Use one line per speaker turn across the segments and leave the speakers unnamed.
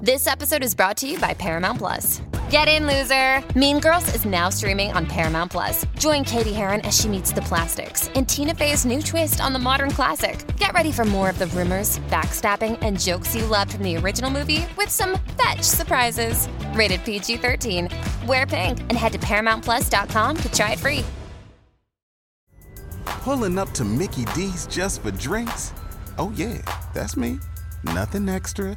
This episode is brought to you by Paramount Plus. Get in, loser! Mean Girls is now streaming on Paramount Plus. Join Katie Heron as she meets the plastics in Tina Fey's new twist on the modern classic. Get ready for more of the rumors, backstabbing, and jokes you loved from the original movie with some fetch surprises. Rated PG 13. Wear pink and head to ParamountPlus.com to try it free.
Pulling up to Mickey D's just for drinks? Oh, yeah, that's me. Nothing extra,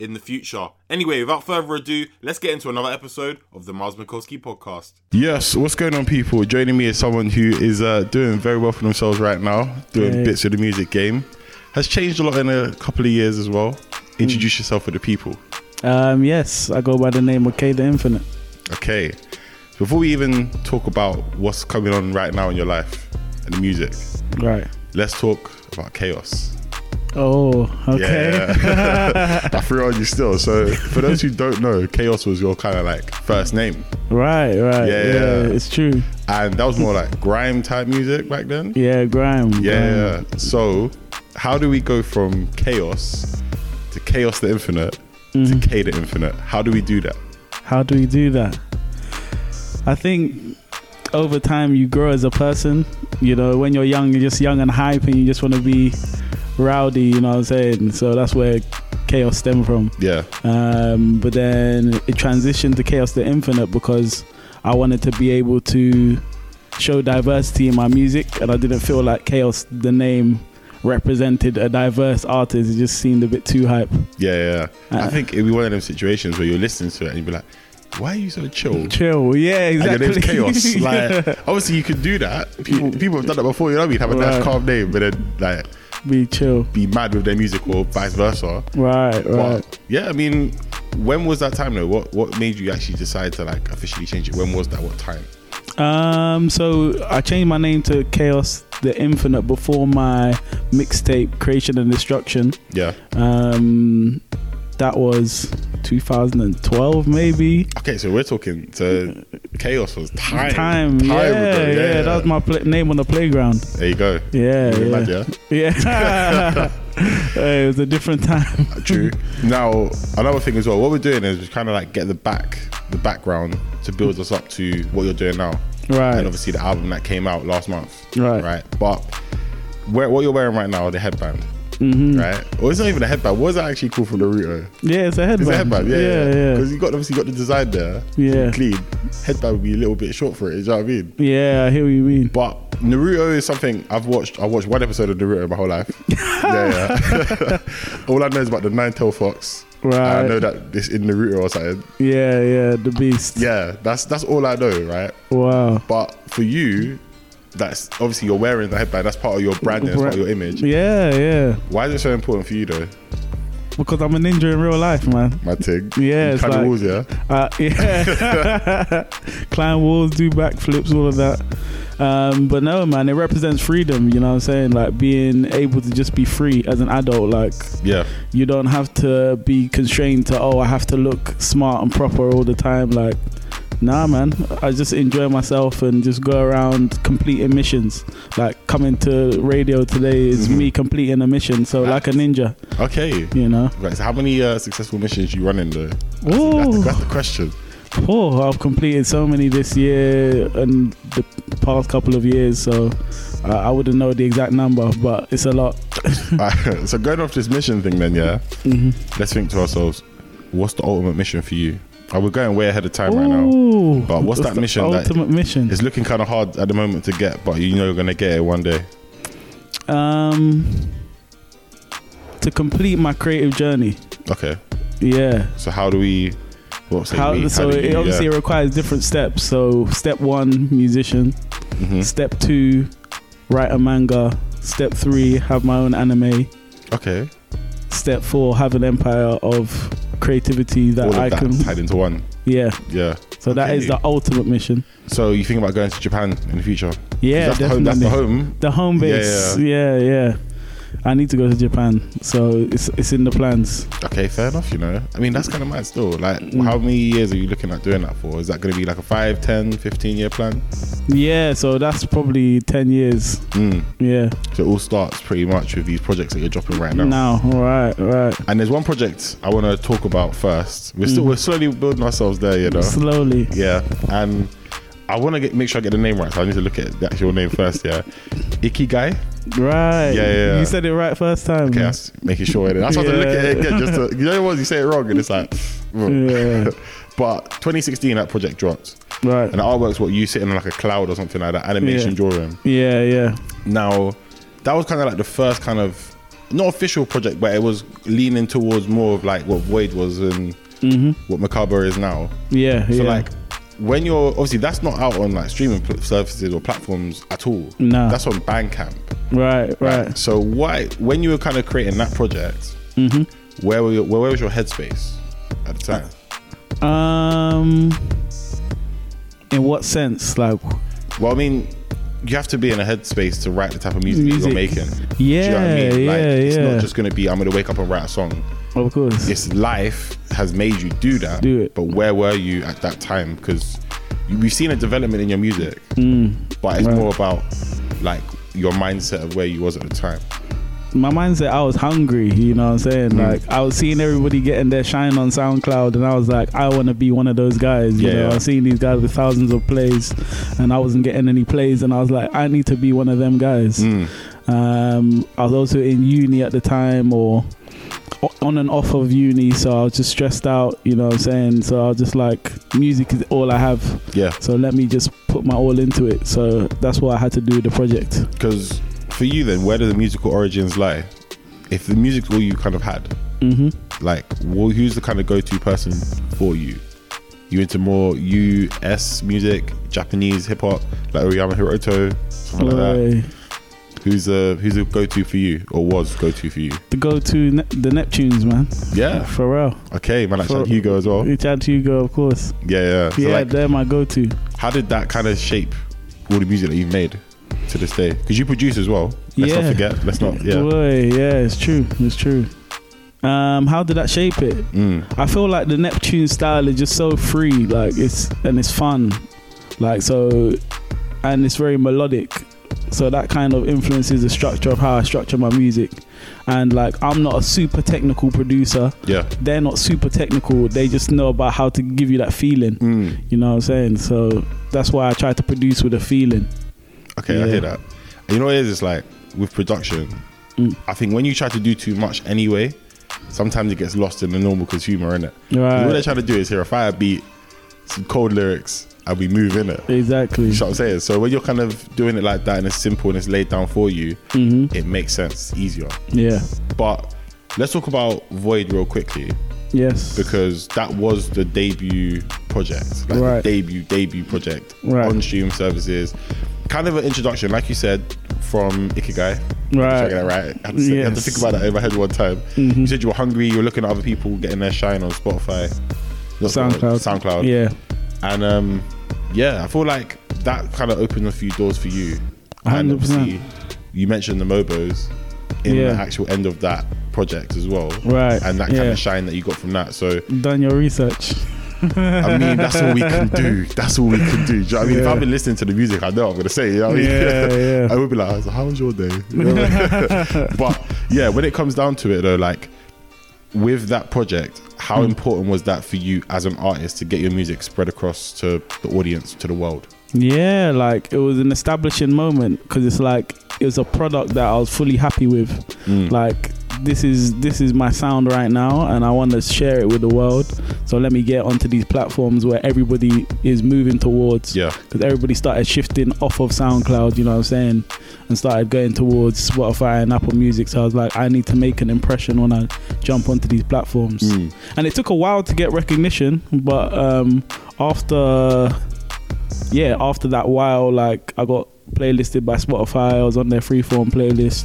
in the future. Anyway, without further ado, let's get into another episode of the Miles Mikulski podcast.
Yes, what's going on, people? Joining me is someone who is uh, doing very well for themselves right now, doing bits of the music game. Has changed a lot in a couple of years as well. Introduce yourself to the people.
Um, yes, I go by the name of K the Infinite.
Okay. Before we even talk about what's coming on right now in your life and the music,
Right.
let's talk about chaos.
Oh, okay.
Yeah. I threw on you still. So, for those who don't know, chaos was your kind of like first name.
Right, right.
Yeah.
Yeah, it's true.
And that was more like grime type music back then.
Yeah, grime. grime.
Yeah. So, how do we go from chaos to chaos the infinite
Mm.
to K the infinite? How do we do that?
How do we do that? I think over time you grow as a person. You know, when you're young, you're just young and hype and you just want to be rowdy, you know what I'm saying? So that's where chaos stemmed from.
Yeah.
um, but then it transitioned to chaos the infinite because i wanted to be able to show diversity in my music and i didn't feel like chaos the name represented a diverse artist it just seemed a bit too hype
Yeah. Yeah. I
Uh.
think it'd be one of them situations where you're listening to it and you'd be like, "Why are you so chill?"
chill yeah
And
exactly
your name's chaos. Like,
Yeah.
obviously, you could do that. People, people have done that before. You know, what I mean, have a nice
Right.
calm name, but then like
be chill
be mad with their music or vice versa.
right right
But yeah, I mean, when was that time though? What what made you actually decide to like officially change it? When was that? What time?
um so i changed my name to chaos the infinite before my mixtape creation and destruction
Yeah.
um that was 2012 maybe
Okay, so we're talking to chaos was time.
time,
ago,
yeah, yeah, that was my pla name on the playground
There you go.
yeah
You
yeah
mad, yeah?
yeah Hey, it was a different time
True. Now another thing as well, what we're doing is we kind of like get the back, the background to build us up to what you're doing now,
Right.
and obviously the album that came out last month,
Right.
right. But where, what you're wearing right now, the headband,
Mm-hmm.
right? Or it's not even a headband. What is that actually called from Naruto?
yeah it's a headband
It's a headband, yeah, yeah.
yeah
Because
yeah,
you got obviously got the design there,
Yeah.
clean. Headband would be a little bit short for it. Do you know what I mean?
Yeah, i hear what you mean
But Naruto is something I've watched. I watched one episode of Naruto my whole life. yeah, yeah. All I know is about the nine tailed fox. And I
Right.
know that it's in Naruto or something.
yeah yeah the beast
Yeah, that's that's all I know, right?
wow
But for you, that's obviously you're wearing the headband. That's part of your branding. That's part of your image.
yeah yeah
Why is it so important for you though,
because i'm a ninja in real life man
my thing?
Yeah,
you
it's
climb the
like-
walls, yeah.
Uh, yeah. Climb walls, do backflips, all of that. Um, but no, man, it represents freedom. You know what I'm saying? Like being able to just be free as an adult. Like
Yeah,
you don't have to be constrained to oh, I have to look smart and proper all the time. Like nah, man, I just enjoy myself and just go around completing missions. Like coming to radio today is
Mm-hmm.
me completing a mission. So like a ninja,
okay.
you know.
Right, so how many uh, successful missions you running though? That's,
Ooh.
that's the question.
Oh, I've completed so many this year and the past couple of years, so uh, I wouldn't know the exact number, but it's a lot.
Alright, so going off this mission thing, then yeah,
Mm-hmm.
let's think to ourselves, what's the ultimate mission for you? Oh, we're going way ahead of time right now.
Ooh,
But what's that
the
mission that-
Ultimate mission.
It's looking kind of hard at the moment to get, but you know you're gonna get it one day.
Um, to complete my creative journey.
Okay.
Yeah.
So how do we? Well, say
How,
we, how
so
do
it
you-
obviously
yeah.
requires different steps. So step one, musician.
Mhm.
Step two, write a manga. Step three, have my own anime.
Okay.
Step four, have an empire of creativity that
All
I
of that
can.
tied into one.
Yeah.
Yeah.
So that is
Okay.
the ultimate mission.
So you think about going to Japan in the future? 'Cause
Yeah,
that's the
definitely.
home. That's the home.
The home base. Yeah yeah. I need to go to Japan, so it's it's in the plans.
Okay, fair enough. You know, I mean, that's kind of mad still. Like, how many years are you looking at doing that for? Is that going to be like a 5, 10, 15 year plan?
Yeah, so that's probably ten years.
Mm.
Yeah.
So it all starts pretty much with these projects that you're dropping right now.
Now, all right, all right.
And there's one project I want to talk about first. We're still we're slowly building ourselves there, you know.
Slowly.
Yeah, and I want to get make sure I get the name right, so I need to look at the actual name first. Yeah, Ikigai.
Right.
Yeah, yeah, yeah.
You said it right first time.
Okay, that's making sure. innit? That's why I had to look at it again. Just to, you know what you say it wrong, and it's like.
Yeah.
but 2016, that project dropped,
Right.
and the artwork's what you sitting on like a cloud or something like that, animation
Yeah.
drawing.
Yeah, yeah.
Now, that was kind of like the first kind of not official project, but it was leaning towards more of like what Void was and what Macabre is now.
Yeah.
So
Mm-hmm. yeah.
like when you're obviously that's not out on like streaming pl- services or platforms at all.
Nah.
That's on Bandcamp.
Right, right.
So why when you were kind of creating that project,
Mm-hmm.
where were your, where, where was your headspace at the time?
Um in what sense? Like
Well, I mean, you have to be in a headspace to write the type of music, that you're
Music.
making. Do you know what I
Yeah,
mean? Like,
yeah,
it's
yeah.
not just gonna be I'm gonna wake up and write a song.
of course.
It's life has made you do that.
Do it.
But where were you at that time? Because we've seen a development in your music,
Mm.
but it's more about like your mindset of where you was at the time.
my mindset I was hungry, you know what I'm saying?
Mm.
Like I was seeing everybody getting their shine on SoundCloud and I was like, I wanna be one of those guys. You
Yeah,
know,
yeah.
I was seeing these guys with thousands of plays and I wasn't getting any plays and I was like, I need to be one of them guys.
Mm.
Um I was also in uni at the time or o- on and off of uni, so I was just stressed out, you know what I'm saying? So I was just like, music is all I have.
Yeah.
So let me just put my all into it. So that's what I had to do with the project.
Because for you, then, where do the musical origins lie? If the music's all you kind of had,
Mm-hmm.
like, wh- who's the kind of go-to person for you? You into more US music, Japanese hip hop, like Oriyama Hiroto, something like that.
Like,
Who's a who's a go-to for you, or was go-to for you?
the go to ne- the Neptunes, man.
Yeah.
Pharrell.
Okay, man, like
For-
Chad Hugo as well. Yeah,
It's out to Hugo, of course.
yeah. So
yeah,
like,
they're my go to.
how did that kind of shape all the music that you've made to this day? Because you produce as well. Let's not
Yeah.
forget. Let's not. Oh, Yeah.
Boy, yeah, it's true. It's true. Um, how did that shape it?
Mm.
I feel like the Neptune style is just so free, like it's and it's fun, like so, and it's very melodic. So that kind of influences the structure of how I structure my music, and like I'm not a super technical producer.
Yeah.
They're not super technical. They just know about how to give you that feeling.
Mm.
You know what I'm saying? So that's why I try to produce with a feeling.
Okay, I
Yeah.
hear that. And you know what it is? It's like with production,
Mm.
I think when you try to do too much anyway, sometimes it gets lost in the normal consumer, innit?
Right.
All they're trying to do is hear a fire beat, some cold lyrics, and we move in it.
Exactly.
You know what I'm saying? So when you're kind of doing it like that and it's simple and it's laid down for you,
Mm-hmm.
it makes sense, it's easier.
Yeah.
But let's talk about Void real quickly
Yes.
because that was the debut project, like
Right.
the debut debut project
Right.
on stream services. Kind of an introduction, like you said, from Ikigai.
Right.
Did I get that right. I had, to say- I had to
Yes. Mm-hmm.
think about that in my head one time. You said you were hungry. You were looking at other people getting their shine on Spotify, Not
SoundCloud.
Spotify, SoundCloud.
Yeah.
And um, yeah, I feel like that kind of opened a few doors for you. And
100%.
obviously, you mentioned the Mobos in
Yeah.
the actual end of that project as well.
Right,
And that kind
yeah.
of shine that you got from that. So,
Done your research.
I mean, that's all we can do. That's all we can do. Do you know what I mean? If
Yeah.
I've been listening to the music, I know what I'm going to say. You know what I mean?
Yeah, yeah.
I would be like, how was your day? You know what I mean? but yeah, when it comes down to it though, like with that project, how important was that for you as an artist to get your music spread across to the audience, to the world?
Yeah, like it was an establishing moment because it's like it was a product that I was fully happy with. Like this is this is my sound right now, and I want to share it with the world. So let me get onto these platforms where everybody is moving towards.
Yeah.
because everybody started shifting off of SoundCloud. You know what I'm saying, and started going towards Spotify and Apple Music. So I was like, I need to make an impression when I jump onto these platforms. And it took a while to get recognition, but um, after yeah, after that while, like I got playlisted by Spotify. I was on their freeform playlist,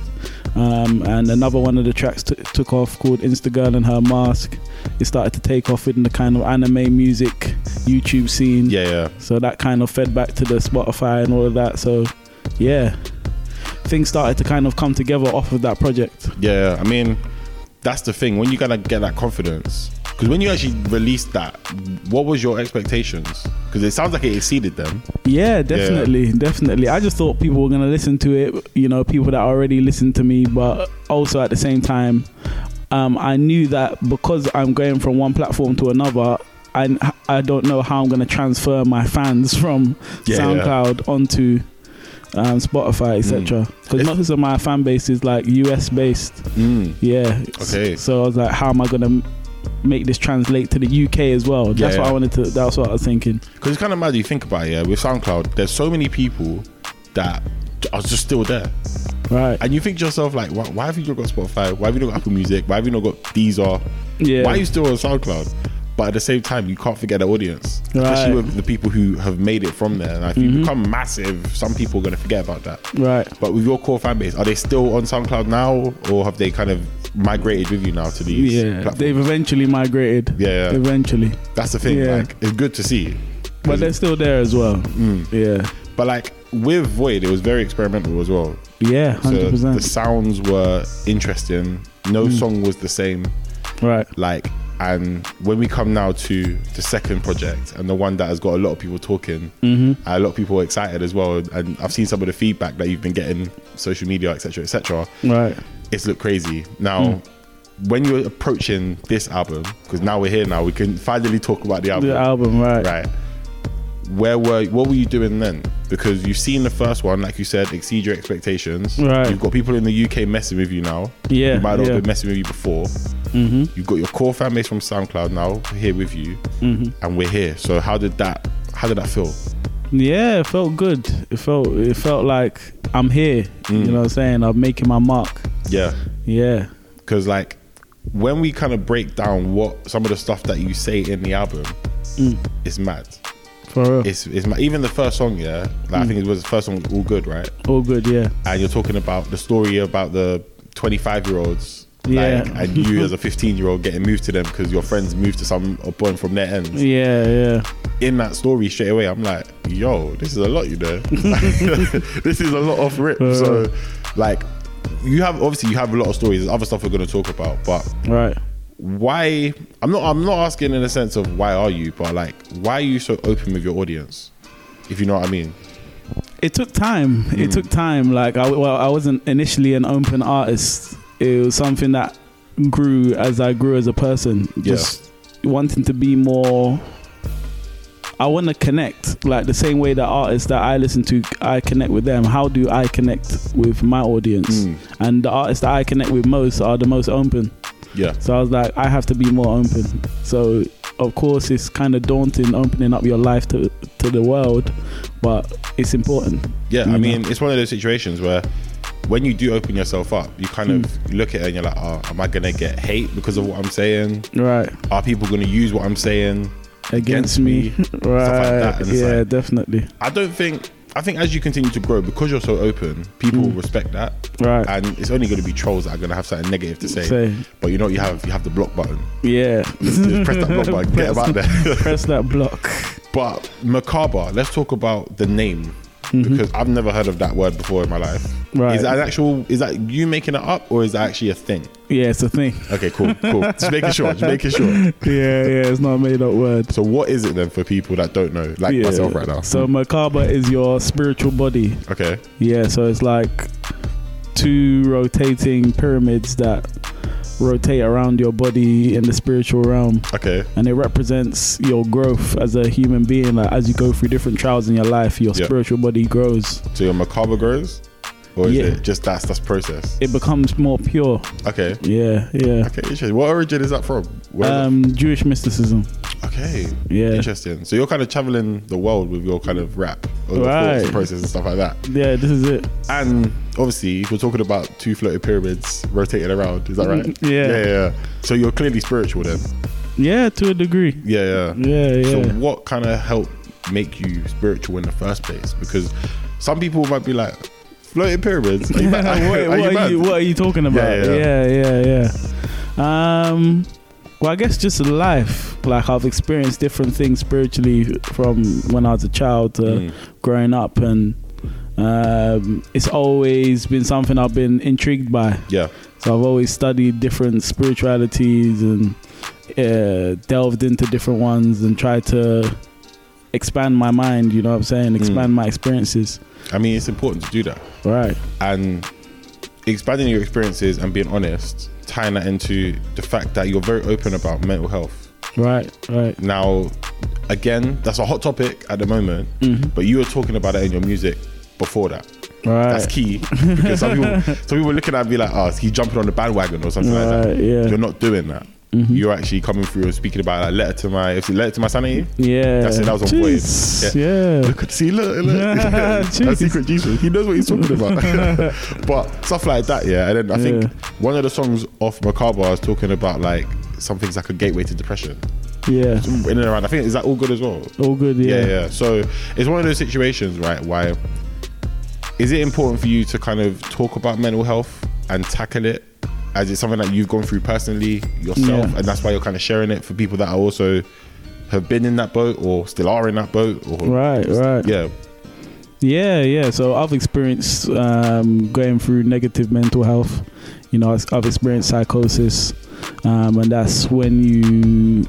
um, and another one of the tracks t- took off called "Instagirl and Her Mask." It started to take off within the kind of anime music YouTube scene.
Yeah, yeah.
So that kind of fed back to the Spotify and all of that. So, yeah, things started to kind of come together off of that project.
Yeah, I mean, that's the thing. When you gotta get that confidence, because when you actually released that, what was your expectations? Because it sounds like it exceeded them.
Yeah, definitely, definitely. I just thought people were gonna listen to it, you know, people that already listened to me, but also at the same time, um, I knew that because I'm going from one platform to another, I I don't know how I'm gonna transfer my fans from
Yeah, yeah.
SoundCloud onto um, Spotify, etc. Because
It's-
most of my fan base is like US based.
Mm.
Yeah.
Okay.
So I was like, how am I gonna make this translate to the UK as well? That's
Yeah,
what
yeah.
I wanted to. That's what I was thinking.
Because it's kind of mad you think about it. Yeah, with SoundCloud, there's so many people that are just still there,
Right.
and you think to yourself like, why, why have you not got Spotify? Why have you not got Apple Music? Why have you not got Deezer?
Yeah.
Why are you still on SoundCloud? But at the same time, you can't forget the audience, especially
Right. Mm-hmm.
with the people who have made it from there. And if you become massive, some people are gonna forget about that.
right.
But with your core fan base, are they still on SoundCloud now, or have they kind of migrated with you now to these?
Yeah,
platforms?
they've eventually migrated.
Yeah, yeah.
eventually,
That's the thing.
Yeah.
Like, it's good to see.
but they're still there as well.
Mm.
Yeah,
But like with Void, it was very experimental as well.
yeah, hundred
So the
percent. Mm.
sounds were interesting. No song was the same.
Right.
Like, and when we come now to the second project and the one that has got a lot of people talking, mm-hmm. a lot of people are excited as well. And I've seen some of the feedback that you've been getting, social media, etc., etc.
Right. Mm.
it's looked crazy. Now, when you're approaching this album, because now we're here now, we can finally talk about the album.
The album. Right.
Right. Where were what were you doing then? Because you've seen the first one, like you said, exceed your expectations.
Right.
You've got people in the UK messing with you now.
Yeah,
You might not
yeah. Mm-hmm.
have been messing with you before. You've got your core fan base from SoundCloud now here with you,
Mm-hmm.
and we're here. So how did that? How did that feel?
Yeah, it felt good. It felt. It felt like I'm here.
Mm.
You know what I'm saying? I'm making my mark.
Yeah.
Yeah.
because like when we kind of break down what some of the stuff that you say in the album
Mm.
it's mad
For real.
it's, it's mad. even the first song yeah
Mm.
like i think it was the first song all good right
All good. Yeah.
and you're talking about the story about the 25 year olds
Yeah.
like, and you as a 15 year old getting moved to them because your friends moved to some a point from their end
Yeah. Yeah.
in that story straight away i'm like yo this is a lot you know this is a lot of rip
Uh.
so like you have obviously you have a lot of stories there's other stuff we're going to talk about but
Right.
why I'm not I'm not asking in a sense of why are you, but like why are you so open with your audience? If you know what I mean.
it took time. It took time. Like I, well, I wasn't initially an open artist. It was something that grew as I grew as a person.
Yeah.
Just wanting to be more. I want to connect like the same way that artists that I listen to, I connect with them. How do I connect with my audience? And the artists that I connect with most are the most open.
Yeah.
So I was like, I have to be more open. So of course, it's kind of daunting opening up your life to to the world, but it's important.
Yeah,
You
I
know?
mean it's one of those situations where when you do open yourself up, you kind
Hmm.
of look at it and you're like, oh, am I gonna get hate because of what I'm saying?
right
Are people gonna use what I'm saying?
against, me,
me, stuff like
right?
that, and it's
yeah,
like-
definitely.
I don't think I think as you continue to grow, because you're so open, people will respect that.
Hmm. Right.
And it's only gonna be trolls that are gonna have something negative to say.
Say.
But you know what you have you have the block button.
Yeah,
Just press that block button, get about there.
press that block.
But Macabre, let's talk about the name because I've never heard of that word before in my life.
Mm-hmm. Right.
Is that an actual? Is that you making it up or is that actually a thing?
Yeah, it's a thing.
Okay, cool, cool. just making sure. Just making sure.
Yeah, yeah, it's not a made up word.
So what is it then for people that don't know, like
Yeah.
myself right now?
So macabre is your spiritual body.
okay,
Yeah, so it's like two rotating pyramids that rotate around your body in the spiritual realm.
okay,
and it represents your growth as a human being. Like as you go through different trials in your life, your
Yeah.
spiritual body grows.
so your Macabre grows. or is
Yeah.
it just that's that's process?
It becomes more pure.
okay.
Yeah, yeah.
Okay, interesting. What origin is that from? Where is
Um, Jewish mysticism.
it- okay.
yeah.
Interesting. So you're kind of traveling the world with your kind of rap, or the
Right.
thoughts, process, and stuff like that.
Yeah, this is it.
And obviously, we're talking about two floated pyramids rotating around. Is that right?
Mm, yeah.
yeah. yeah. So you're clearly spiritual then.
Yeah, to a degree.
Yeah, yeah.
Yeah,
So
yeah.
what kind of helped make you spiritual in the first place? Because some people might be like, floating pyramids. Are you mad?
what,
Are
what
you
are
mad?
you, what are you talking
Yeah,
about? Yeah
yeah.
yeah. yeah, Um, well, I guess just life. Like I've experienced different things spiritually from when I was a child to
Mm.
growing up, and um, it's always been something I've been intrigued by.
Yeah.
So I've always studied different spiritualities and uh, delved into different ones and tried to expand my mind. You know what I'm
Hmm.
saying? Expand my experiences.
I mean, it's important to do that.
Right.
And expanding your experiences and being honest, tying that into the fact that you're very open about mental health.
Right. Right.
Now, again, that's a hot topic at the moment,
Mm-hmm.
but you were talking about it in your music before that.
Right.
That's key because some people, some people looking at me like, "Oh, he's jumping on the bandwagon or something like that."
Right, yeah. Mm-hmm.
You're not doing that. You're actually coming through and speaking about like letter to my, if it's letter to my sanity.
Yeah.
That's it, that was on point.
Jeez,
Yeah.
Yeah.
Look at see, look, look.
Jeez.
That's secret Jesus. He knows what he's talking about. but stuff like that, yeah. And then I think
Yeah.
one of the songs off Macabre I was talking about like something's like a gateway to depression.
yeah.
In and around, I think is that all good as well.
All good. Yeah.
Yeah, yeah. So it's one of those situations, right? Why is it important for you to kind of talk about mental health and tackle it? As it's something that you've gone through personally yourself,
Yeah.
and that's why you're kind of sharing it for people that are also have been in that boat or still are in that boat, or
Right, right.
yeah,
Yeah, yeah. So I've experienced um, going through negative mental health. You know, I've experienced psychosis, um, and that's when you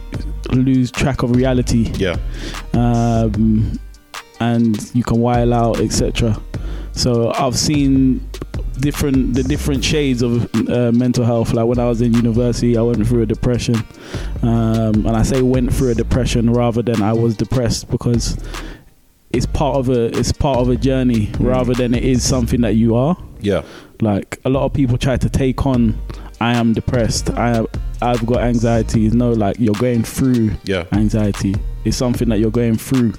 lose track of reality.
yeah,
um, and you can while out, etc. So I've seen different the different shades of uh, mental health. Like when I was in university, I went through a depression, um, and I say went through a depression rather than I was depressed because it's part of a it's part of a journey rather than it is something that you are
yeah,
like a lot of people try to take on i am depressed i i've got anxiety no like you're going through
Yeah.
anxiety it's something that you're going through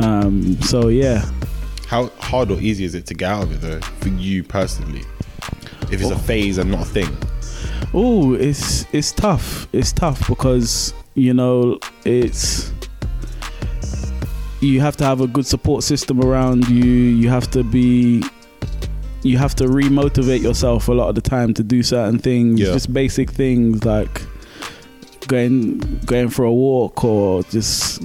um so yeah
How hard or easy is it to get out of it though for you personally? If it's a phase and not a thing,
oh it's it's tough it's tough because you know it's you have to have a good support system around you you have to be you have to remotivate yourself a lot of the time to do certain things
Yeah.
just basic things like going going for a walk or just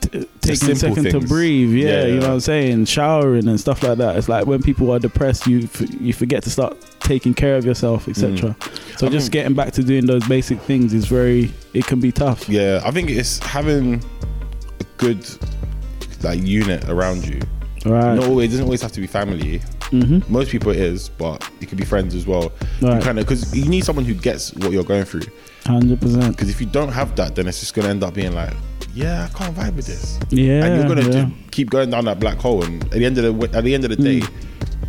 t- taking a
simple
second to
things.
breathe yeah,
Yeah,
you
yeah.
know what i'm saying showering and stuff like that it's like when people are depressed you f- you forget to start taking care of yourself etc so
Mm. I
just
mean-
getting back to doing those basic things is very it can be tough
yeah, I think it's having a good like unit around you
right
not always it doesn't always have to be family
Mhm.
most people it is but it could be friends as well you
Right.
kind of because you need someone who gets what you're going through
100%
because if you don't have that then it's just gonna end up being like yeah i can't vibe with this
yeah
and you're gonna
yeah. Hmm.
just keep going down that black hole and at the end of the w- at the end of the day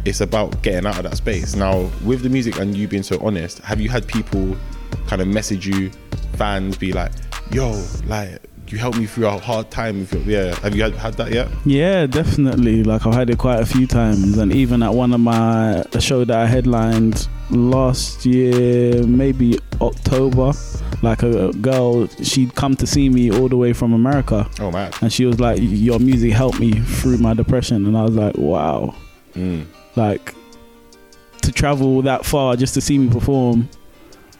it's about getting out of that space now with the music and you being so honest have you had people kind of message you fans be like yo like you helped me through a hard time with your, yeah have you had, had that yet
Yeah, definitely. Like I've had it quite a few times, and even at one of my a show that I headlined last year, maybe October. Like a girl, she'd come to see me all the way from America,
oh man
and she was like, "Your music helped me through my depression," and I was like, "Wow!"
Mm.
Like to travel that far just to see me perform,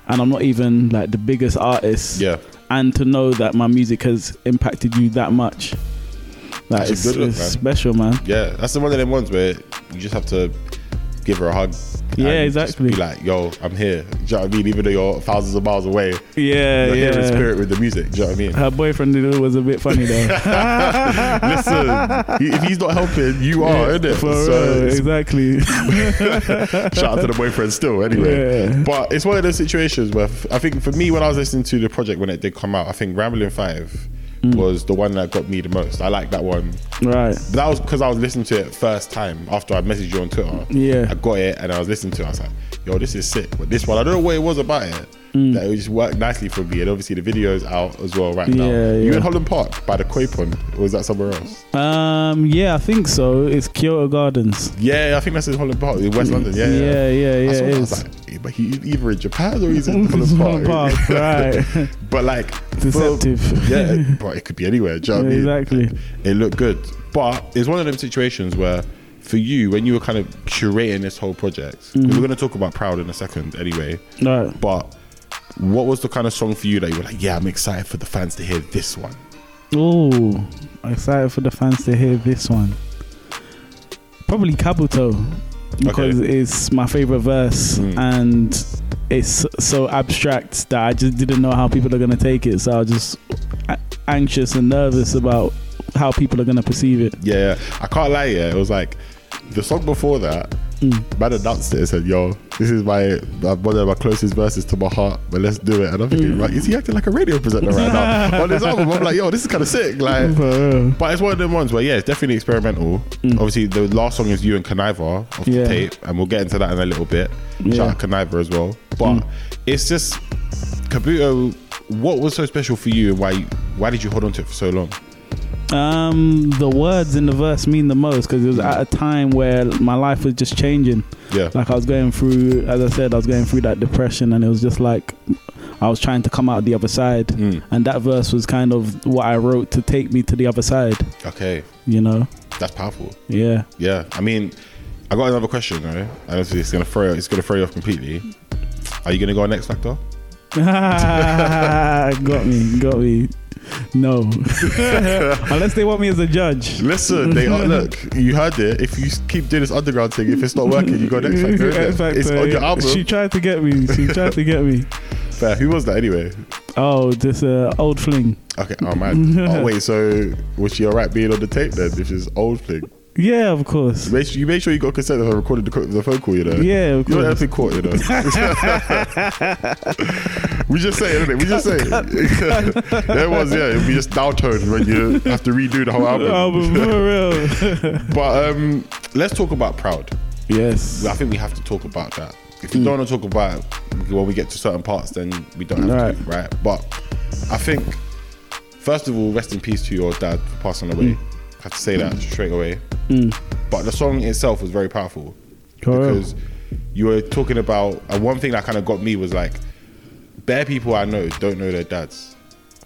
and I'm not even like the biggest artist
yeah
and to know that my music has impacted you that much. Like,
That's a
it's,
good look,
it's
man.
special, man.
Yeah, that's the one of them ones where you just have to give her a hug.
Yeah,
and just
exactly.
be like, yo, I'm here. Do you know what I mean? Even though you're thousands of miles away,
Yeah,
you're here in
yeah.
spirit with the music. Do you know what I mean?
Her boyfriend was a bit funny though.
Listen, he- if he's not helping, you are, innit?
For
Oh, So
real,
it's-
exactly.
shout out to the boyfriend still, anyway.
Yeah.
But it's one of those situations where f- I think for me, when I was listening to the project when it did come out, I think Rambling Five
Hmm.
was the one that got me the most. I like that one.
Right.
But that was because I was listening to it first time after I messaged you on Twitter.
Yeah.
I got it and I was listening to it. I was like, yo, this is sick. But this one, I don't know what it was about it.
Mm.
That it just worked nicely for me. And obviously the video's out as well right now.
Yeah,
You
yeah.
in Holland Park by the Koi Pond, or was that somewhere else?
Um. Yeah, I think so. It's Kyoto Gardens.
Yeah, I think that's in Holland Park, in West London. Yeah,
Yeah, yeah, yeah,
I saw
it
that, I was
is.
like, "Eh, but he's either in Japan or he's in
It's
Holland Park.
Holland Park, right.
but like, for-
Deceptive.
yeah, but it could be anywhere. Do you know what I mean?
Exactly.
It looked good, but it's one of them situations where, for you, when you were kind of curating this whole project, 'cause
Mm-hmm.
we're going to talk about Proud in a second, anyway.
Right.
But what was the kind of song for you that you were like, yeah, I'm excited for the fans to hear this one?
Oh, excited for the fans to hear this one. Probably Kabuto because it's my favorite verse and it's so abstract that I just didn't know how people are going to take it. So I was just a- anxious and nervous about how people are going to perceive it.
Yeah, yeah. I can't lie. Yeah, it was like the song before that.
Hmm.
Man announced it and said, "Yo, this is my my- one of my closest verses to my heart, but let's do it." And I'm
Hmm.
thinking, like, is he acting like a radio presenter right now on this album? I'm like, yo, this is kind of sick. Like,
real. Hmm.
but it's one of them ones where yeah, it's definitely experimental. Obviously, the last song is you and Conniver off
Yeah.
the tape, and we'll get into that in a little bit.
Yeah. Hmm.
Shout out Conniver as well. But it's just Kabuto. What was so special for you, and why why did you hold on to it for so long?
Um, the words in the verse mean the most because it was at a time where my life was just changing.
Yeah.
Like I was going through, as I said, I was going through that depression, and it was just like I was trying to come out the other side.
Mm.
And that verse was kind of what I wrote to take me to the other side.
Okay,
You know?
that's powerful.
Yeah.
Yeah, I mean, I got another question though, and obviously it's gonna throw it's gonna throw you off completely. Are you gonna go on X Factor?
got me. Got me. No, unless they want me as a judge.
Listen, they are, look. You heard it. If you s- keep doing this underground thing, if it's not working, you go on X Factor. innit?
X Factor,
It's on your
yeah.
album.
She tried to get me. She tried to get me.
Fair. Who was that anyway?
Oh, this uh, old fling.
Okay. Oh man. oh wait. So was she alright being on the tape then? If she's old thing,
Yeah, of course.
make sure, you make sure you got consent of her recording the, co- the phone call. You know.
Yeah, of
You don't have
course.
to court. You know. we just say it. innit? We just say it. there was yeah. It'd be just downtoned when you have to redo the whole album.
Album for real.
But um, let's talk about proud.
yes.
I think we have to talk about that. If
Mm.
you don't want to talk about it when we get to certain parts, then we don't have
Right.
to, right? But I think, first of all, rest in peace to your dad for passing
Mm.
away. I have to say that straight away. But the song itself was very powerful
Correct.
because you were talking about, and one thing that kind of got me was like, bare people I know don't know their dads.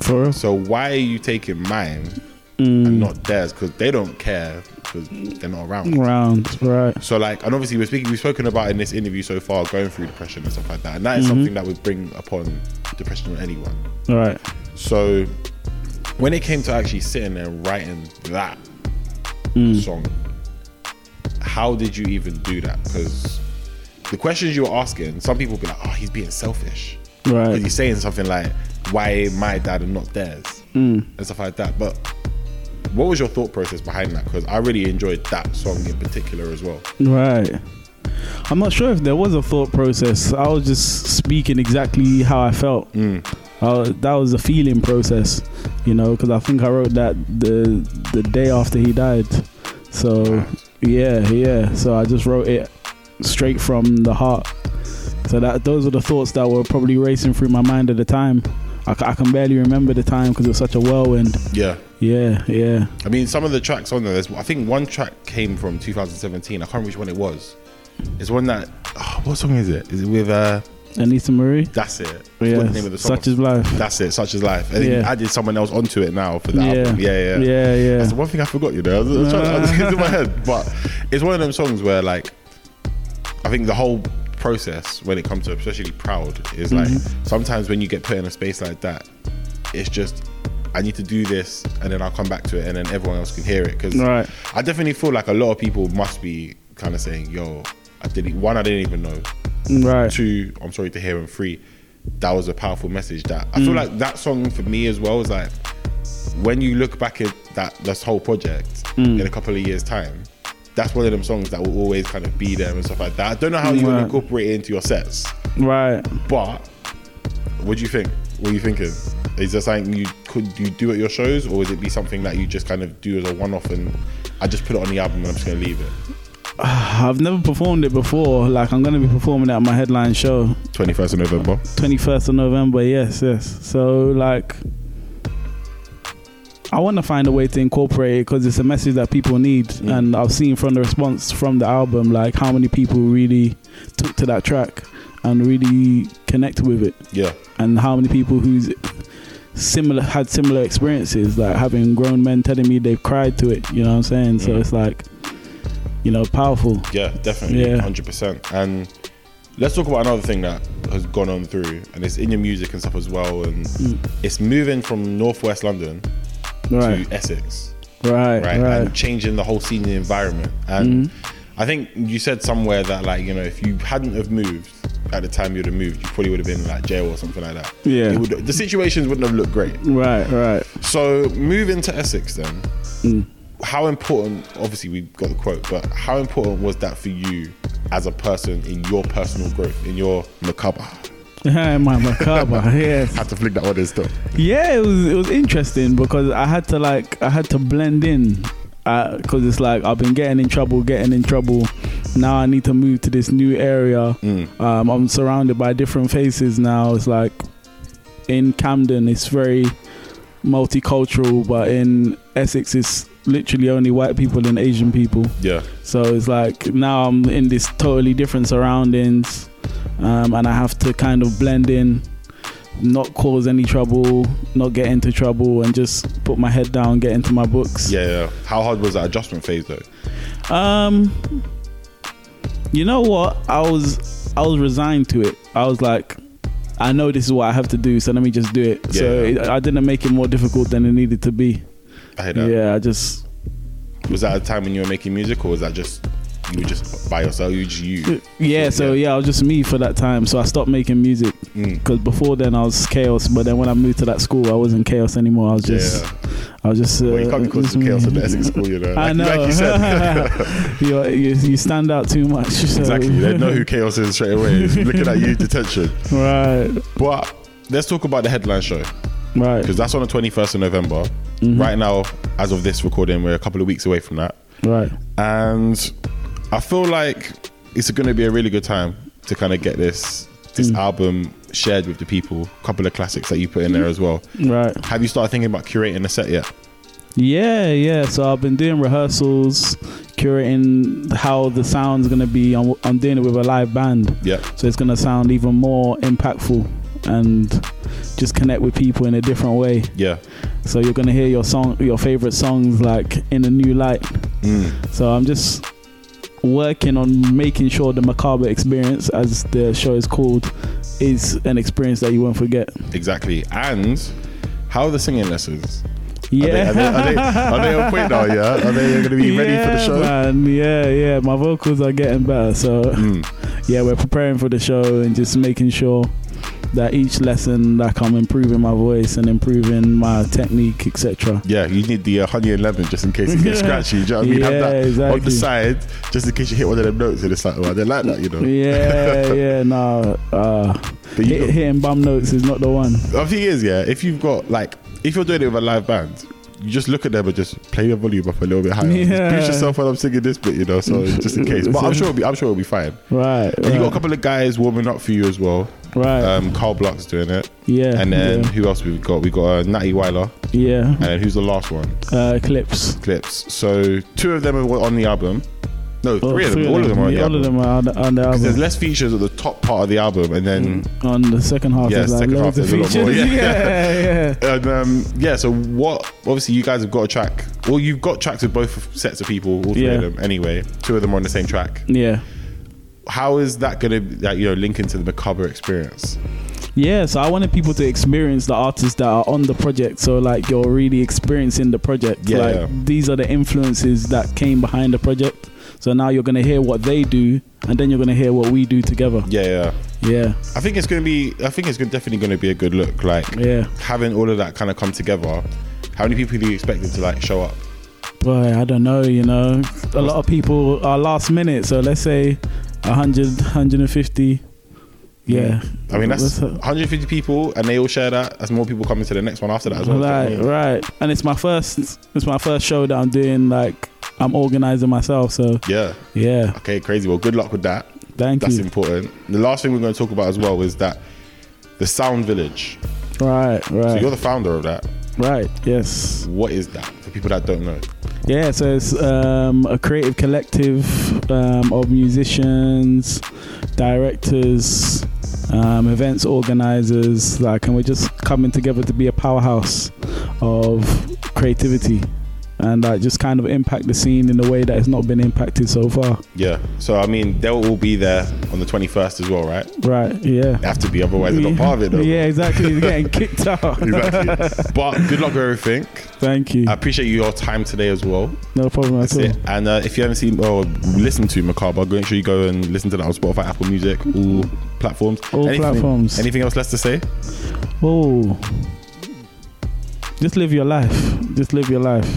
For real.
So why are you taking mine
Mm.
and not theirs? Because they don't care because they're not around.
Round. Right.
So like, and obviously we're speaking, we've spoken about in this interview so far, going through depression and stuff like that, and that is something that would bring upon depression on anyone.
Right.
So when it came to actually sitting there and writing that song, how did you even do that? Because the questions you were asking, some people be like, "Oh, he's being selfish,"
Right.
Because he's saying something like, "Why my dad and not theirs?" and stuff like that. But what was your thought process behind that? Because I really enjoyed that song in particular as well.
Right. I'm not sure if there was a thought process. I was just speaking exactly how I felt. Uh, that was a feeling process, you know, because I think I wrote that the the day after he died. So yeah, yeah. So I just wrote it straight from the heart. So that those were the thoughts that were probably racing through my mind at the time. I, ca- I can barely remember the time because it was such a whirlwind.
Yeah.
Yeah, yeah.
I mean, some of the tracks on there. There's, I think one track came from 2017. I can't remember which one it was. It's one that. Oh, what song is it? Is it with? uh
Anita Marie.
That's it. It's what the
Oh, Yeah.
name of the song
Such
was.
is life.
That's it. Such is life. And then you
Yeah.
added someone else onto it now for that.
Yeah.
Album. Yeah, yeah,
Yeah, yeah.
That's the one thing I forgot. You know, I was, I was trying to, I was in my head, but it's one of them songs where like, I think the whole process when it comes to especially proud is like
Mm-hmm.
sometimes when you get put in a space like that, it's just. I need to do this, and then I'll come back to it, and then everyone else can hear it. Because
Right.
I definitely feel like a lot of people must be kind of saying, "Yo, I didn't." One, I didn't even know
Right.
two i'm sorry to hear and three that was a powerful message that i feel like that song for me as well is like when you look back at that this whole project in a couple of years time that's one of them songs that will always kind of be there and stuff like that i don't know how you would
Right.
incorporate it into your sets
Right.
but what do you think What are you thinking? Is there something you could you do at your shows, or would it be something that you just kind of do as a one-off and I just put it on the album and I'm just gonna leave it?
I've never performed it before. Like I'm gonna be performing at my headline show,
21st of November.
21st of November. Yes, yes. So like, I want to find a way to incorporate it because it's a message that people need, and I've seen from the response from the album like how many people really took to that track and really connected with it,
Yeah,
and how many people who's similar had similar experiences like having grown men telling me they've cried to it. You know what I'm saying? So
Mm.
it's like, you know, powerful.
yeah, definitely,
Yeah.
100%. And let's talk about another thing that has gone on through, and it's in your music and stuff as well. And
Mm.
it's moving from northwest London
Right,
to Essex.
right,
right,
right. Mm.
and changing the whole scene and environment and i think you said somewhere that like you know if you hadn't have moved at the time you'd have moved you probably would have been in, like jail or something like that
Yeah.
it would, the situations wouldn't have looked great
Right, right.
so moving to essex then
Mm.
how important obviously we got the quote but how important was that for you as a person in your personal growth in your macabre
My macabre, yes.
had to flick that one in still
Yeah, it was it was interesting because I had to like I had to blend in because it's like I've been getting in trouble, getting in trouble. Now I need to move to this new area. Um, I'm surrounded by different faces now. It's like in Camden, it's very multicultural, but in Essex, it's literally only white people and Asian people.
yeah
So it's like now I'm in this totally different surroundings, um, and I have to kind of blend in, not cause any trouble, not get into trouble, and just put my head down, get into my books.
yeah yeah how hard was that adjustment phase though
Um, you know what? I was I was resigned to it. I was like, I know this is what I have to do, so let me just do it. So
Yeah.
it, I didn't make it more difficult than it needed to be.
i heard
Yeah,
that
I just
Was that a time when you were making music, or was that just you were just by yourself? You just you.
yeah. So yeah, I was just me for that time. So I stopped making music.
Mm.
because before then I was chaos, but then when I moved to that school, I wasn't chaos anymore. I was just,
Yeah.
I was just. Uh,
Well, you can't be called
just
some chaos in
me.
the Essex school, you know. Like,
I know.
Like you said.
you, you, you stand out too much. so-
exactly. They know who chaos is straight away. Looking at you, detention.
right,
But let's talk about the headline show because
right,
that's on the 21st of November. Right now, as of this recording, we're a couple of weeks away from that,
right.
and I feel like it's going to be a really good time to kind of get this this album shared with the people. A couple of classics that you put in there as well.
Right.
Have you started thinking about curating a set yet?
Yeah, yeah. So I've been doing rehearsals, curating how the sound's gonna be. I'm, I'm doing it with a live band.
Yeah.
so it's going to sound even more impactful and just connect with people in a different way
Yeah.
so you're going to hear your song your favorite songs like in a new light
Mm.
so i'm just working on making sure the macabre experience as the show is called is an experience that you won't forget
Exactly. And how are the singing lessons?
yeah
Are, they, are, they, are, they, are they on point now? Yeah. Are they going to be ready for the
Yeah,
show?
man. yeah yeah my vocals are getting better so
Mm.
yeah we're preparing for the show and just making sure that each lesson like i'm improving my voice and improving my technique etc
Yeah, you need the uh, honey and lemon just in case it gets
Yeah.
scratchy. Do you know what I mean? Have
Yeah,
that on the
exactly.
side just in case you hit one of them notes and it's like, oh, they like that, you know.
yeah yeah no uh
But you
hit,
got-
hitting bum notes is not the one
The thing is, yeah, if you've got like, if you're doing it with a live band, you just look at them and just play the volume up a little bit higher.
Yeah.
Just push yourself when I'm singing this bit, you know. So just in case, but I'm sure it'll be, I'm sure it'll be fine.
right
And you got a
right,
couple of guys warming up for you as well.
right
Um, Carl Block's doing it.
yeah
And then who else we've got? We got uh, Natty Weiler,
yeah,
and then who's the last one?
yeah. uh clips
Clips. So two of them are on the album. No,
Oh,
three of them.
three
All of them are on the
Yeah, all
album.
of them are on the, on the
Because There's
album
less features at the top part of the album, and then
on the second half
Yeah,
there's like
second half
loads of
there's a lot more,
features.
yeah.
yeah, yeah.
and um, yeah. So what? Obviously, you guys have got a track. Well, you've got tracks with both sets of people, all three
Yeah.
of them. Anyway, two of them are on the same track.
Yeah.
How is that going to that you know link into the macabre experience?
Yeah, so I wanted people to experience the artists that are on the project. So like you're really experiencing the project.
Yeah,
like
yeah.
these are the influences that came behind the project. So now you're gonna hear what they do and then you're gonna hear what we do together.
Yeah, yeah.
Yeah.
I think it's going to be. I think it's gonna, definitely going to be a good look. Like
Yeah.
having all of that kind of come together. How many people do you expect them to like show up?
Boy, I don't know, you know. A lot of people are last minute, so let's say 100, 150. Yeah.
I mean, that's
What's that?
150 people, and they all share that. That's more people coming to the next one after that as well.
Right, right. And it's my first it's my first show that I'm doing like I'm organizing myself, so
Yeah.
yeah.
Okay, crazy. Well, good luck with that.
Thank
That's
you.
important. The last thing we're going to talk about as well is that the Sound Village.
Right,
So
right.
you're the founder of that.
right. Yes.
What is that for people that don't know?
Yeah, so it's um, a creative collective um, of musicians, directors, um, events organizers, like, and we're just coming together to be a powerhouse of creativity and like just kind of impact the scene in a way that it's not been impacted so far.
Yeah. So I mean, they'll all be there on the 21st as well, right?
Right? Yeah.
They have to be, otherwise they're not part of it. Though.
Yeah, exactly. He's getting kicked out.
Exactly. but good luck with everything.
Thank you.
I appreciate your time today as well.
No problem at
That's
all.
it. And uh, if you haven't seen or listened to Macabre, go make sure you go and listen to that on Spotify, Apple Music, all platforms.
All platforms.
Anything else left to say?
Oh. Just live your life. Just live your life.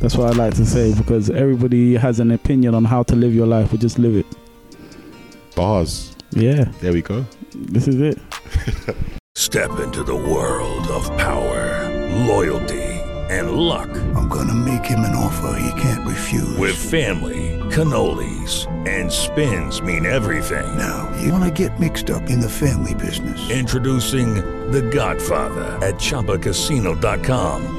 That's what I like to say because everybody has an opinion on how to live your life, but just live it.
Bars.
Yeah,
There we go.
this is it.
Step into the world of power, loyalty, and luck
I'm gonna make him an offer he can't refuse.
with family, cannolis, and spins mean everything.
now, you wanna get mixed up in the family business.
Introducing The Godfather at ChumbaCasino.com.